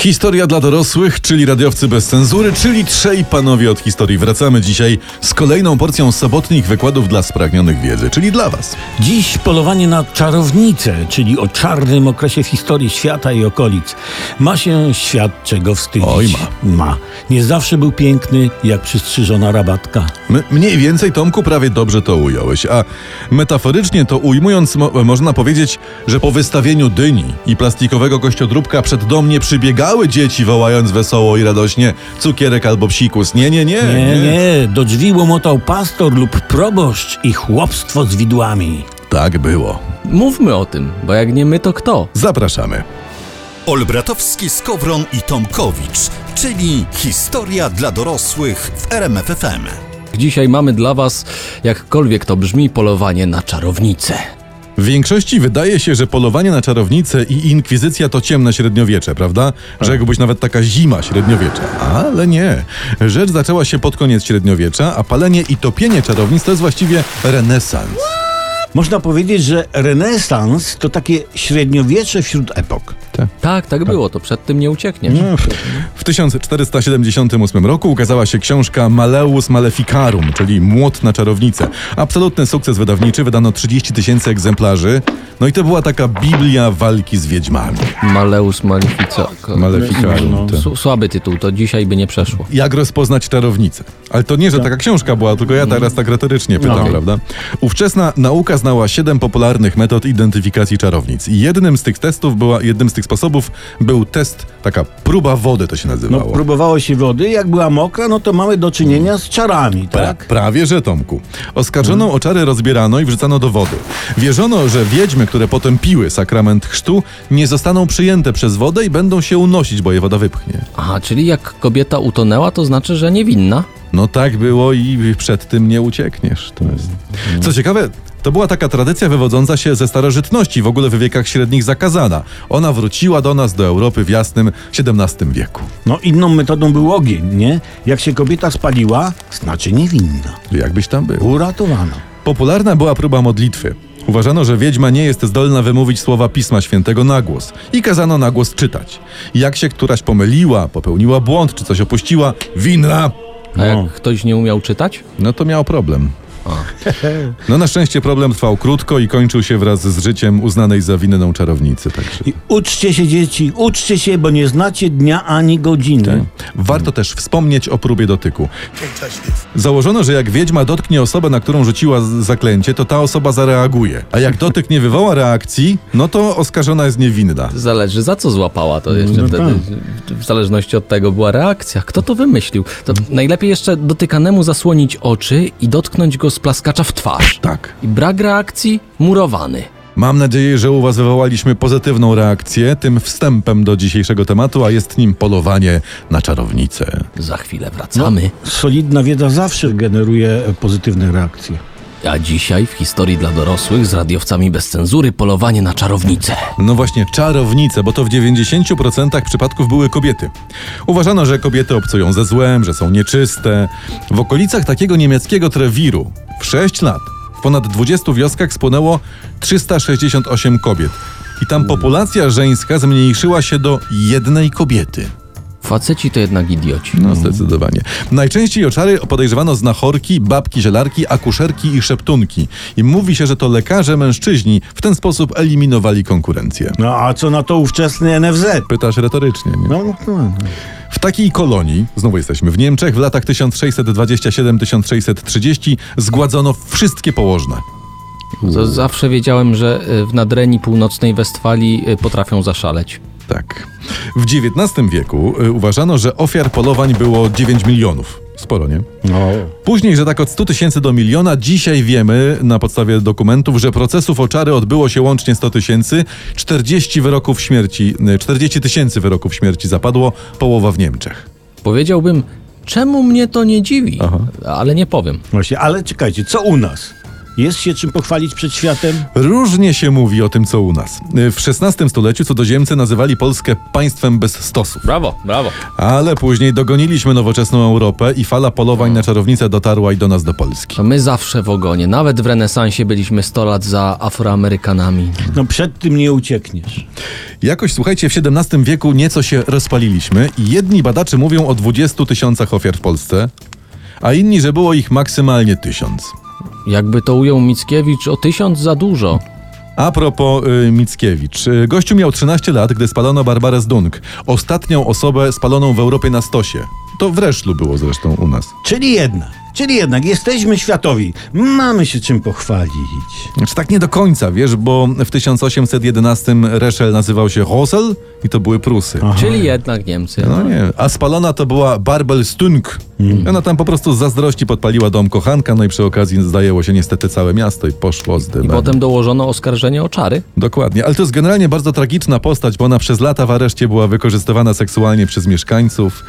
Historia dla dorosłych, czyli radiowcy bez cenzury, czyli trzej panowie od historii. Wracamy dzisiaj z kolejną porcją sobotnich wykładów dla spragnionych wiedzy, czyli dla was. Dziś polowanie na czarownicę, czyli o czarnym okresie w historii świata i okolic. Ma się świat czego wstydzić. Oj, ma. Ma. Nie zawsze był piękny, jak przystrzyżona rabatka. M- mniej więcej, Tomku, prawie dobrze to ująłeś, a metaforycznie to ujmując, mo- można powiedzieć, że po wystawieniu dyni i plastikowego kościodróbka przed dom nie przybiegały dzieci wołając wesoło i radośnie cukierek albo psikus. Nie, nie, nie. E, Nie, nie, do drzwi łomotał pastor lub proboszcz i chłopstwo z widłami. Tak było. Mówmy o tym, bo jak nie my, to kto? Zapraszamy. Olbratowski, Skowron i Tomkowicz, czyli historia dla dorosłych w RMFFM. Dzisiaj mamy dla was, jakkolwiek to brzmi, polowanie na czarownicę. W większości wydaje się, że polowanie na czarownice i inkwizycja to ciemne średniowiecze, prawda? Rzekłbyś nawet taka zima średniowiecza. Ale nie. Rzecz zaczęła się pod koniec średniowiecza, a palenie i topienie czarownic to jest właściwie renesans. Można powiedzieć, że renesans to takie średniowiecze wśród epok. Tak, tak było, to przed tym nie uciekniesz. W 1478 roku ukazała się książka Maleus Maleficarum, czyli Młot na czarownicę. Absolutny sukces wydawniczy, wydano 30 tysięcy egzemplarzy. No i to była taka Biblia walki z wiedźmami. Maleus Malefico. no Maleficarum. tak. S- Słaby tytuł, to dzisiaj by nie przeszło. Jak rozpoznać czarownicę? Ale to nie, Tak. że taka książka była, tylko ja teraz tak retorycznie No. pytam, Okej. prawda? Ówczesna nauka znała siedem popularnych metod identyfikacji czarownic. I jednym z tych testów była, jednym z tych sposobów był test, taka próba wody to się No, nazywało. próbowało się wody, jak była mokra, no to mamy do czynienia z czarami, Pra, tak? prawie że, Tomku. Oskarżoną o czary rozbierano i wrzucano do wody. Wierzono, że wiedźmy, które potem piły sakrament chrztu, nie zostaną przyjęte przez wodę i będą się unosić, bo je woda wypchnie. Aha, czyli jak kobieta utonęła, to znaczy, że niewinna? No tak było i przed tym nie uciekniesz. To jest. Co ciekawe, to była taka tradycja wywodząca się ze starożytności, w ogóle w wiekach średnich zakazana. Ona wróciła do nas, do Europy w jasnym XVII wieku. No inną metodą był ogień, nie? Jak się kobieta spaliła, znaczy niewinna. Jakbyś tam był. Uratowana. Popularna była próba modlitwy. Uważano, że wiedźma nie jest zdolna wymówić słowa Pisma Świętego na głos i kazano na głos czytać. Jak się któraś pomyliła, popełniła błąd czy coś opuściła, winna, A No. jak ktoś nie umiał czytać? no to miał problem. No na szczęście problem trwał krótko i kończył się wraz z życiem uznanej za winną czarownicy. Także. I uczcie się dzieci, uczcie się, bo nie znacie dnia ani godziny. Warto też wspomnieć o próbie dotyku. Założono, że jak wiedźma dotknie osobę, na którą rzuciła z- zaklęcie, to ta osoba zareaguje. A jak dotyk nie wywoła reakcji, no to oskarżona jest niewinna. Zależy za co złapała to jeszcze No wtedy. W zależności od tego była reakcja. Kto to wymyślił? To najlepiej jeszcze dotykanemu zasłonić oczy i dotknąć go z plaskacza w twarz. Tak. I brak reakcji murowany. Mam nadzieję, że u Was wywołaliśmy pozytywną reakcję tym wstępem do dzisiejszego tematu, a jest nim polowanie na czarownicę. Za chwilę wracamy. Tak. Solidna wiedza zawsze generuje e, pozytywne reakcje. A dzisiaj w historii dla dorosłych z radiowcami bez cenzury polowanie na czarownicę. No właśnie, czarownice, bo to w 90% przypadków były kobiety. Uważano, że kobiety obcują ze złem, że są nieczyste. W okolicach takiego niemieckiego Trewiru w 6 lat w ponad 20 wioskach spłonęło 368 kobiet. I tam populacja żeńska zmniejszyła się do jednej kobiety. Faceci to jednak idioci. No, zdecydowanie. Najczęściej o czary podejrzewano znachorki, babki, zielarki, akuszerki i szeptunki. I mówi się, że to lekarze mężczyźni w ten sposób eliminowali konkurencję. No a co na to ówczesny NFZ? Pytasz retorycznie. Nie? No, no, W takiej kolonii, znowu jesteśmy w Niemczech, w latach 1627-1630 zgładzono wszystkie położne. To zawsze wiedziałem, że y, w Nadrenii Północnej Westfalii y, potrafią zaszaleć. Tak. W XIX wieku y, uważano, że ofiar polowań było 9 milionów. Sporo, nie? no. Później, że tak od 100 tysięcy do miliona, dzisiaj wiemy na podstawie dokumentów, że procesów o czary odbyło się łącznie 100 tysięcy, 40 wyroków śmierci, y, 40 tysięcy wyroków śmierci zapadło, połowa w Niemczech. Powiedziałbym, czemu mnie to nie dziwi, ale nie powiem. Właśnie, ale czekajcie, co u nas? Jest się czym pochwalić przed światem? Różnie się mówi o tym, co u nas. W XVI stuleciu cudzoziemcy nazywali Polskę państwem bez stosów. Brawo, brawo. Ale później dogoniliśmy nowoczesną Europę i fala polowań na czarownicę dotarła i do nas do Polski. To my zawsze w ogonie, nawet w renesansie byliśmy 100 lat za Afroamerykanami. No przed tym nie uciekniesz. Jakoś, słuchajcie, w XVII wieku nieco się rozpaliliśmy i jedni badacze mówią o 20 tysiącach ofiar w Polsce, a inni, że było ich maksymalnie tysiąc. Jakby to ujął Mickiewicz, o tysiąc za dużo. A propos y, Mickiewicz. Y, gościu miał 13 lat, gdy spalono Barbarę Zdunk, ostatnią osobę spaloną w Europie na stosie. To w Reszlu było zresztą u nas. Czyli jednak, czyli jednak jesteśmy światowi. Mamy się czym pochwalić. Znaczy, tak nie do końca, wiesz, bo w 1811 Reszel nazywał się Rosel i to były Prusy. Czyli jednak Niemcy. No nie, a spalona to była Barbel Stunk. Hmm. Ona tam po prostu z zazdrości podpaliła dom kochanka, no i przy okazji zdajęło się niestety całe miasto i poszło z dymem. I potem dołożono oskarżenie o czary. Dokładnie, ale to jest generalnie bardzo tragiczna postać, bo ona przez lata w areszcie była wykorzystywana seksualnie przez mieszkańców.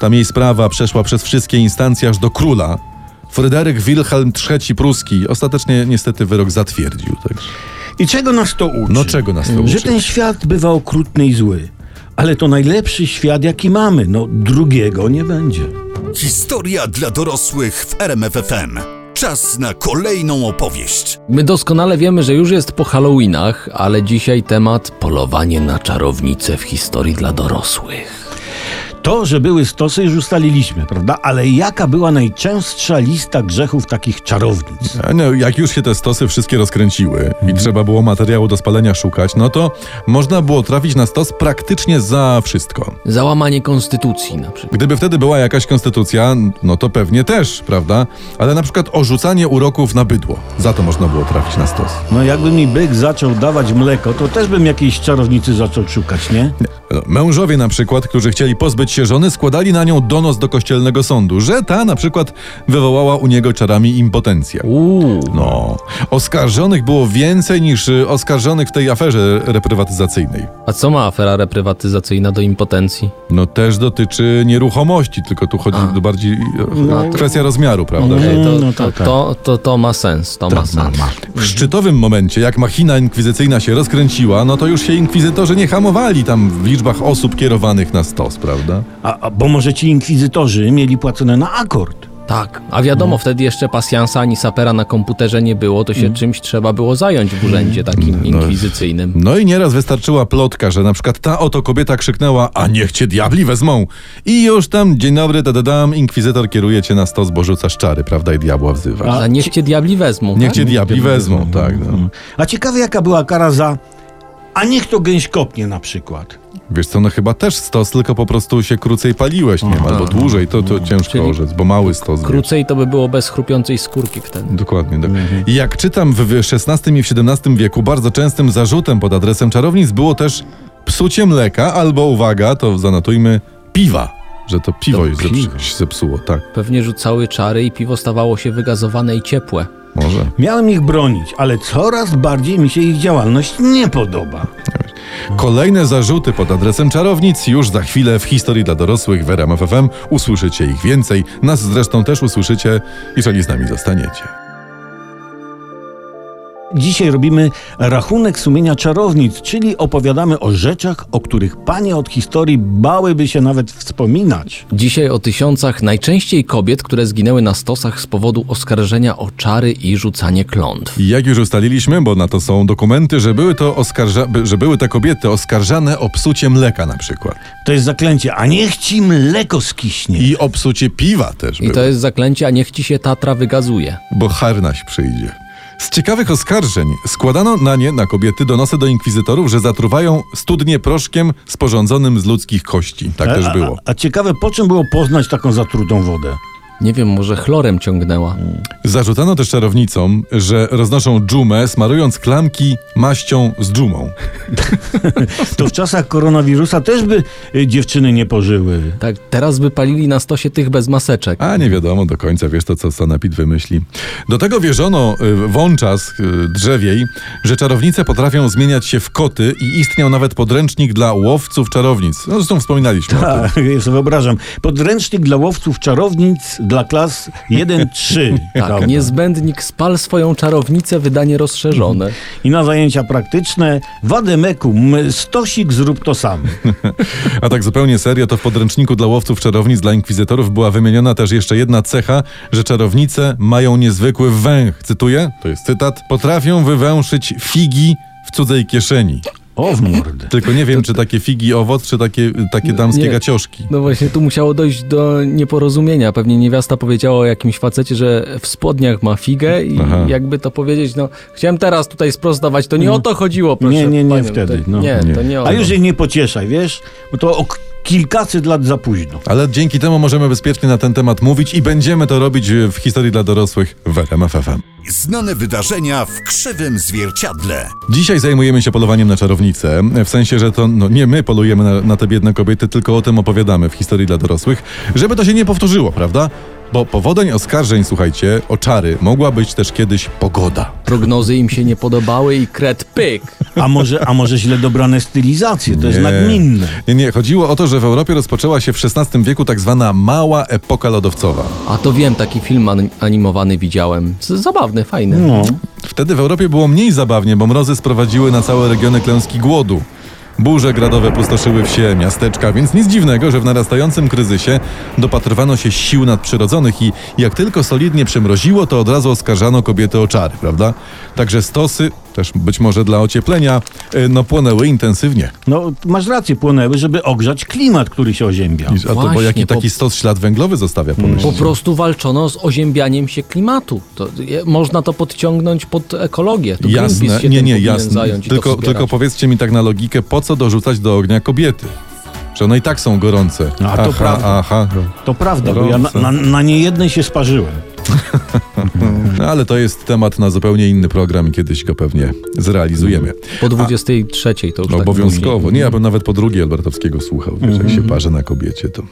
Tam jej sprawa przeszła przez wszystkie instancje aż do króla. Fryderyk Wilhelm III Pruski ostatecznie niestety wyrok zatwierdził. Także. I czego nas to uczy? No czego nas to Że uczy? ten świat bywa okrutny i zły. Ale to najlepszy świat, jaki mamy. No drugiego nie będzie. Historia dla dorosłych w RMFFM. Czas na kolejną opowieść. My doskonale wiemy, że już jest po Halloweenach, ale dzisiaj temat polowanie na czarownicę w historii dla dorosłych. To, że były stosy, już ustaliliśmy, prawda? Ale jaka była najczęstsza lista grzechów takich czarownic? A No, jak już się te stosy wszystkie rozkręciły i trzeba było materiału do spalenia szukać, no to można było trafić na stos praktycznie za wszystko. Załamanie konstytucji na przykład. Gdyby wtedy była jakaś konstytucja, no to pewnie też, prawda? Ale na przykład orzucanie uroków na bydło. Za to można było trafić na stos. No jakby mi byk zaczął dawać mleko, to też bym jakiejś czarownicy zaczął szukać, nie? No, Mężowie na przykład, którzy chcieli pozbyć się żony, składali na nią donos do kościelnego sądu, że ta na przykład wywołała u niego czarami impotencję. Uuu. No, oskarżonych było więcej niż y, oskarżonych w tej aferze reprywatyzacyjnej. A co ma afera reprywatyzacyjna do impotencji? No też dotyczy nieruchomości, tylko tu chodzi do bardziej y, kwestia rozmiaru, prawda? Okej, to, no to, tak, tak. to, to, to ma sens, to ma sens. W szczytowym momencie, jak machina inkwizycyjna się rozkręciła, no to już się inkwizytorzy nie hamowali tam w liczbach osób kierowanych na stos, prawda? A, a bo może ci inkwizytorzy mieli płacone na akord. Tak, a wiadomo, wtedy jeszcze pasjansa ani sapera na komputerze nie było, to się czymś trzeba było zająć w urzędzie takim inkwizycyjnym. No i nieraz wystarczyła plotka, że na przykład ta oto kobieta krzyknęła, a niech cię diabli wezmą. I już tam, dzień dobry, dadadam, inkwizytor kieruje cię na stos, bo rzucasz czary, prawda, i diabła wzywa. Ale niech cię diabli wezmą, Niech tak? cię diabli wezmą, tak. No. A ciekawe jaka była kara za... A niech to gęś kopnie na przykład. Wiesz co, no chyba też stos, tylko po prostu się krócej paliłeś niemal, albo dłużej, to, to ciężko tak, no, Czyli orzec, bo mały stos. był. Krócej to by było bez chrupiącej skórki wtedy. Dokładnie. Tak. Mhm. I Jak czytam w w XVI i w XVII wieku, bardzo częstym zarzutem pod adresem czarownic było też psucie mleka albo, uwaga, to zanotujmy, piwa. Że to piwo To już zepsu- piwo. się zepsuło, tak, Pewnie rzucały czary i piwo stawało się wygazowane i ciepłe. może. Mhm. Miałem ich bronić, ale coraz bardziej mi się ich działalność nie podoba. Kolejne zarzuty pod adresem czarownic już za chwilę w historii dla dorosłych w RMF FM. Usłyszycie ich więcej. Nas zresztą też usłyszycie, jeżeli z nami zostaniecie. Dzisiaj robimy rachunek sumienia czarownic, czyli opowiadamy o rzeczach, o których panie od historii bałyby się nawet wspominać. Dzisiaj o tysiącach najczęściej kobiet, które zginęły na stosach z powodu oskarżenia o czary i rzucanie klątw. I jak już ustaliliśmy, bo na to są dokumenty, że były, to oskarża- by- że były te kobiety oskarżane o psucie mleka na przykład. To jest zaklęcie, a niech ci mleko skiśnie. I o psucie piwa też I było, to jest zaklęcie, a niech ci się tatra wygazuje. bo harnaś przyjdzie. Z ciekawych oskarżeń składano na nie, na kobiety, donosy do inkwizytorów, że zatruwają studnie proszkiem sporządzonym z ludzkich kości. Tak też E, A, było. a ciekawe, po czym było poznać taką zatrutą wodę? Nie wiem, może chlorem ciągnęła. Zarzucano też czarownicom, że roznoszą dżumę, smarując klamki maścią z dżumą. To w czasach koronawirusa też by y, dziewczyny nie pożyły. Tak, teraz by palili na stosie tych bez maseczek. A nie wiadomo do końca, wiesz to, co Sanepid wymyśli. Do tego wierzono y, wączas y, drzewiej, że czarownice potrafią zmieniać się w koty i istniał nawet podręcznik dla łowców czarownic. No, zresztą wspominaliśmy o tym. Tak, ja sobie wyobrażam. Podręcznik dla łowców czarownic dla klas 1-3. Tak, prawda? niezbędnik spal swoją czarownicę, wydanie rozszerzone. I na zajęcia praktyczne Wademeku, m, Stosik zrób to sam. A tak zupełnie serio, to w podręczniku dla łowców czarownic dla inkwizytorów była wymieniona też jeszcze jedna cecha, że czarownice mają niezwykły węch. Cytuję, to jest cytat, potrafią wywęszyć figi w cudzej kieszeni. O w mordę. Tylko nie wiem, czy takie figi owoc, czy takie, takie damskie Nie. gacioszki. No właśnie, tu musiało dojść do nieporozumienia. Pewnie niewiasta powiedziała o jakimś facecie, że w spodniach ma figę i Aha. Mm. jakby to powiedzieć, no chciałem teraz tutaj sprostować, to nie o to chodziło, proszę Nie, nie, nie panią. wtedy, To, no. nie, Nie. to nie o A to. już jej nie pocieszaj, wiesz? Bo to o k- kilkaset lat za późno. Ale dzięki temu możemy bezpiecznie na ten temat mówić i będziemy to robić e, w historii dla dorosłych w RMFFM. Znane wydarzenia w krzywym zwierciadle. Dzisiaj zajmujemy się polowaniem na czarownicę, w sensie, że to no, nie my polujemy na, na te biedne kobiety, tylko o tym opowiadamy w historii dla dorosłych, żeby to się nie powtórzyło, prawda? Bo powodem oskarżeń, słuchajcie, o czary mogła być też kiedyś pogoda. Prognozy im się nie podobały i kret pyk. A może, a może źle dobrane stylizacje, to jest Nie. nagminne. Nie, nie, chodziło o to, że w Europie rozpoczęła się w XVI wieku tak zwana mała epoka lodowcowa. A to wiem, taki film an- animowany widziałem. Z- Zabawny, fajny. No. Wtedy w Europie było mniej zabawnie, bo mrozy sprowadziły na całe regiony klęski głodu. Burze gradowe pustoszyły wsie, miasteczka, więc nic dziwnego, że w narastającym kryzysie dopatrywano się sił nadprzyrodzonych i jak tylko solidnie przymroziło, to od razu oskarżano kobiety o czary, prawda? Także stosy, też być może dla ocieplenia, y, no płonęły intensywnie. No, masz rację, płonęły, żeby ogrzać klimat, który się oziębia. I- A to bo właśnie, jaki po- taki stos ślad węglowy zostawia po Po myśli. prostu walczono z oziębianiem się klimatu. To, je, można to podciągnąć pod ekologię. To Greenpeace Jasne, się nie, tym nie, powinien jasne. Zająć i to tylko, wspierać. tylko powiedzcie mi tak na logikę, po co dorzucać do ognia kobiety? Że one i tak są gorące. No, a to aha, prawda. aha. To prawda, bo ja na, na, na niejednej się sparzyłem. No, ale to jest temat na zupełnie inny program i kiedyś go pewnie zrealizujemy. Po 23 to już tak No, Obowiązkowo. później. Nie, ja bym nawet po drugiej Albertowskiego słuchał, wiesz, jak się parzy na kobiecie, to...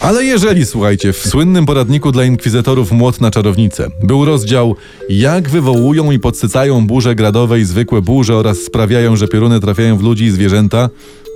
Ale jeżeli, słuchajcie, w słynnym poradniku dla inkwizytorów Młot na czarownicę był rozdział Jak wywołują i podsycają burze gradowe i zwykłe burze oraz sprawiają, że pioruny trafiają w ludzi i zwierzęta,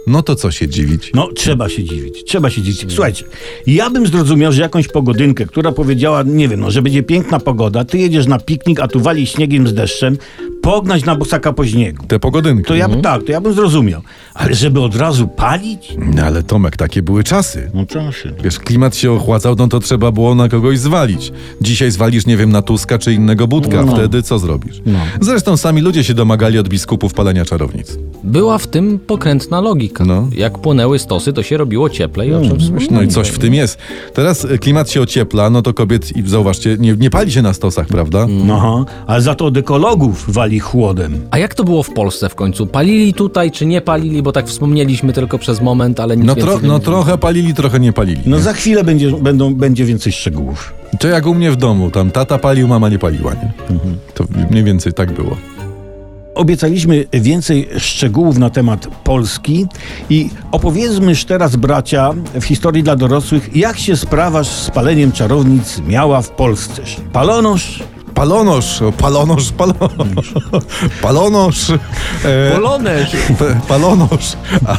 no to co się dziwić? No, trzeba się dziwić, trzeba się dziwić. Słuchajcie, ja bym zrozumiał, że jakąś pogodynkę, która powiedziała, nie wiem, no, że będzie piękna pogoda, ty jedziesz na piknik, a tu wali śniegiem z deszczem, pognać na bosaka po śniegu. Te pogodynki. To ja bym, Mhm. tak, to ja bym zrozumiał. Ale żeby od razu palić? No ale Tomek, takie były czasy. No czasie. Wiesz, klimat się ochładzał, no to trzeba było na kogoś zwalić. Dzisiaj zwalisz, nie wiem, na Tuska czy innego Budka. No. Wtedy co zrobisz? No. Zresztą sami ludzie się domagali od biskupów palenia czarownic. Była w tym pokrętna logika. No. Jak płonęły stosy, to się robiło cieplej. o czym wspomniałem. No i coś w tym jest. Teraz y, klimat się ociepla, no to kobiet, i zauważcie, nie, nie pali się na stosach, prawda? No, ale za to od ekologów wali chłodem. A jak to było w Polsce w końcu? Palili tutaj, czy nie palili? Bo tak wspomnieliśmy tylko przez moment, ale nic No, więcej tro, nie no wiem. trochę palili, trochę nie palili. No za chwilę będzie, będą, będzie więcej szczegółów. To jak u mnie w domu, tam tata palił, mama nie paliła, nie? Mhm. To mniej więcej tak było. Obiecaliśmy więcej szczegółów na temat Polski i opowiedzmy już teraz, bracia, w historii dla dorosłych, jak się sprawa z paleniem czarownic miała w Polsce. Palonosz, Palonosz, o, palonosz, palonosz, palonosz. E, Polonez! P- Palonosz. A-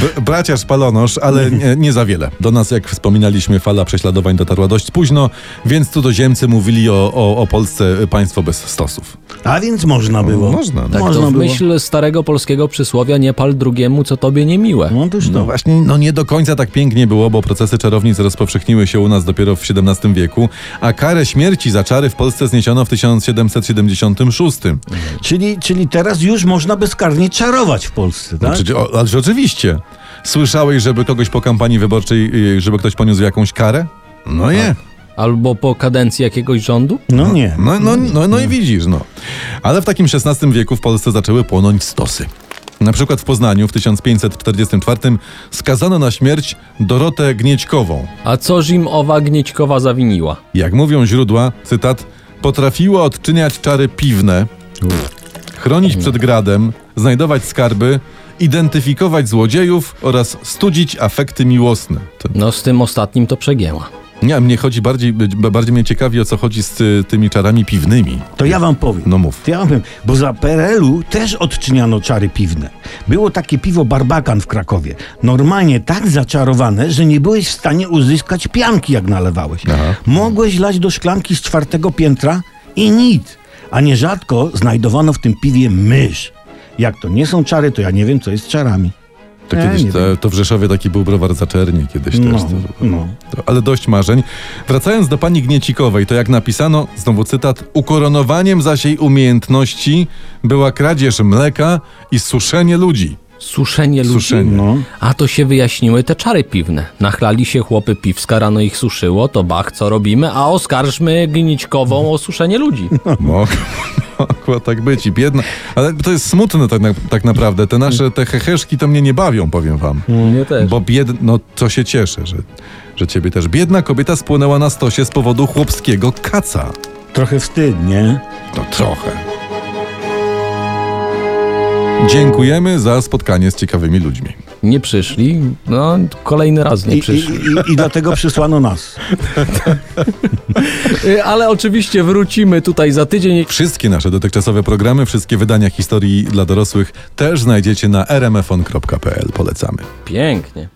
B- Braciarz Palonosz, ale nie, nie za wiele. Do nas, jak wspominaliśmy, fala prześladowań dotarła dość późno, więc cudzoziemcy mówili o, o, o Polsce y, państwo bez stosów. a więc można było. Można, no. Tak można to w było. myśl starego polskiego przysłowia nie pal drugiemu, co tobie nie miłe. No toż No to. właśnie, no nie do końca tak pięknie było, bo procesy czarownic rozpowszechniły się u nas dopiero w XVII wieku, a karę śmierci za czary w Polsce zniesiono w 1776. Czyli, czyli teraz już można bezkarnie czarować w Polsce, tak? Znaczy, o, ależ oczywiście. Słyszałeś, żeby kogoś po kampanii wyborczej, y, żeby ktoś poniósł jakąś karę? No nie. Albo po kadencji jakiegoś rządu? No nie. No, no, no, no i widzisz, no. Ale w takim XVI wieku w Polsce zaczęły płonąć stosy. Na przykład w Poznaniu w 1544 skazano na śmierć Dorotę Gniećkową. A coż im owa Gniećkowa zawiniła? Jak mówią źródła, cytat, potrafiła odczyniać czary piwne, chronić przed gradem, znajdować skarby, identyfikować złodziejów oraz studzić afekty miłosne. To No z tym ostatnim to przegięła. Nie, mnie chodzi bardziej, bardziej mnie ciekawi o co chodzi z y, tymi czarami piwnymi. To ja wam powiem. No mów. To ja wam powiem, bo za PRL-u też odczyniano czary piwne. Było takie piwo barbakan w Krakowie. Normalnie tak zaczarowane, że nie byłeś w stanie uzyskać pianki, jak nalewałeś. Aha. Mogłeś lać do szklanki z czwartego piętra i nic. A nierzadko znajdowano w tym piwie mysz. Jak to nie są czary, to ja nie wiem, co jest czarami. To, Ja nie kiedyś, to, to w Rzeszowie taki był browar zaczernie kiedyś też. No, To, no. to, ale dość marzeń. Wracając do pani Gniecikowej, to jak napisano, znowu cytat, ukoronowaniem zaś jej umiejętności była kradzież mleka i suszenie ludzi. Suszenie ludzi. Suszenie. No. A to się wyjaśniły te czary piwne. Nachlali się chłopy piwska, rano ich suszyło, to bach, co robimy, a oskarżmy Gnićkową o suszenie ludzi. No. Mogło, mogło tak być i biedna. Ale to jest smutne tak, na, tak naprawdę. Te nasze, te heheszki to mnie nie bawią, powiem wam. No, Mnie też. Bo bied... No, co się cieszę, że, że ciebie też. Biedna kobieta spłonęła na stosie z powodu chłopskiego kaca. Trochę wstyd, nie? No trochę. Dziękujemy za spotkanie z ciekawymi ludźmi. Nie przyszli, no kolejny raz I, nie i, przyszli. i, I dlatego przysłano nas. Y, Ale oczywiście wrócimy tutaj za tydzień. Wszystkie nasze dotychczasowe programy, wszystkie wydania historii dla dorosłych też znajdziecie na rmfon.pl. Polecamy. Pięknie.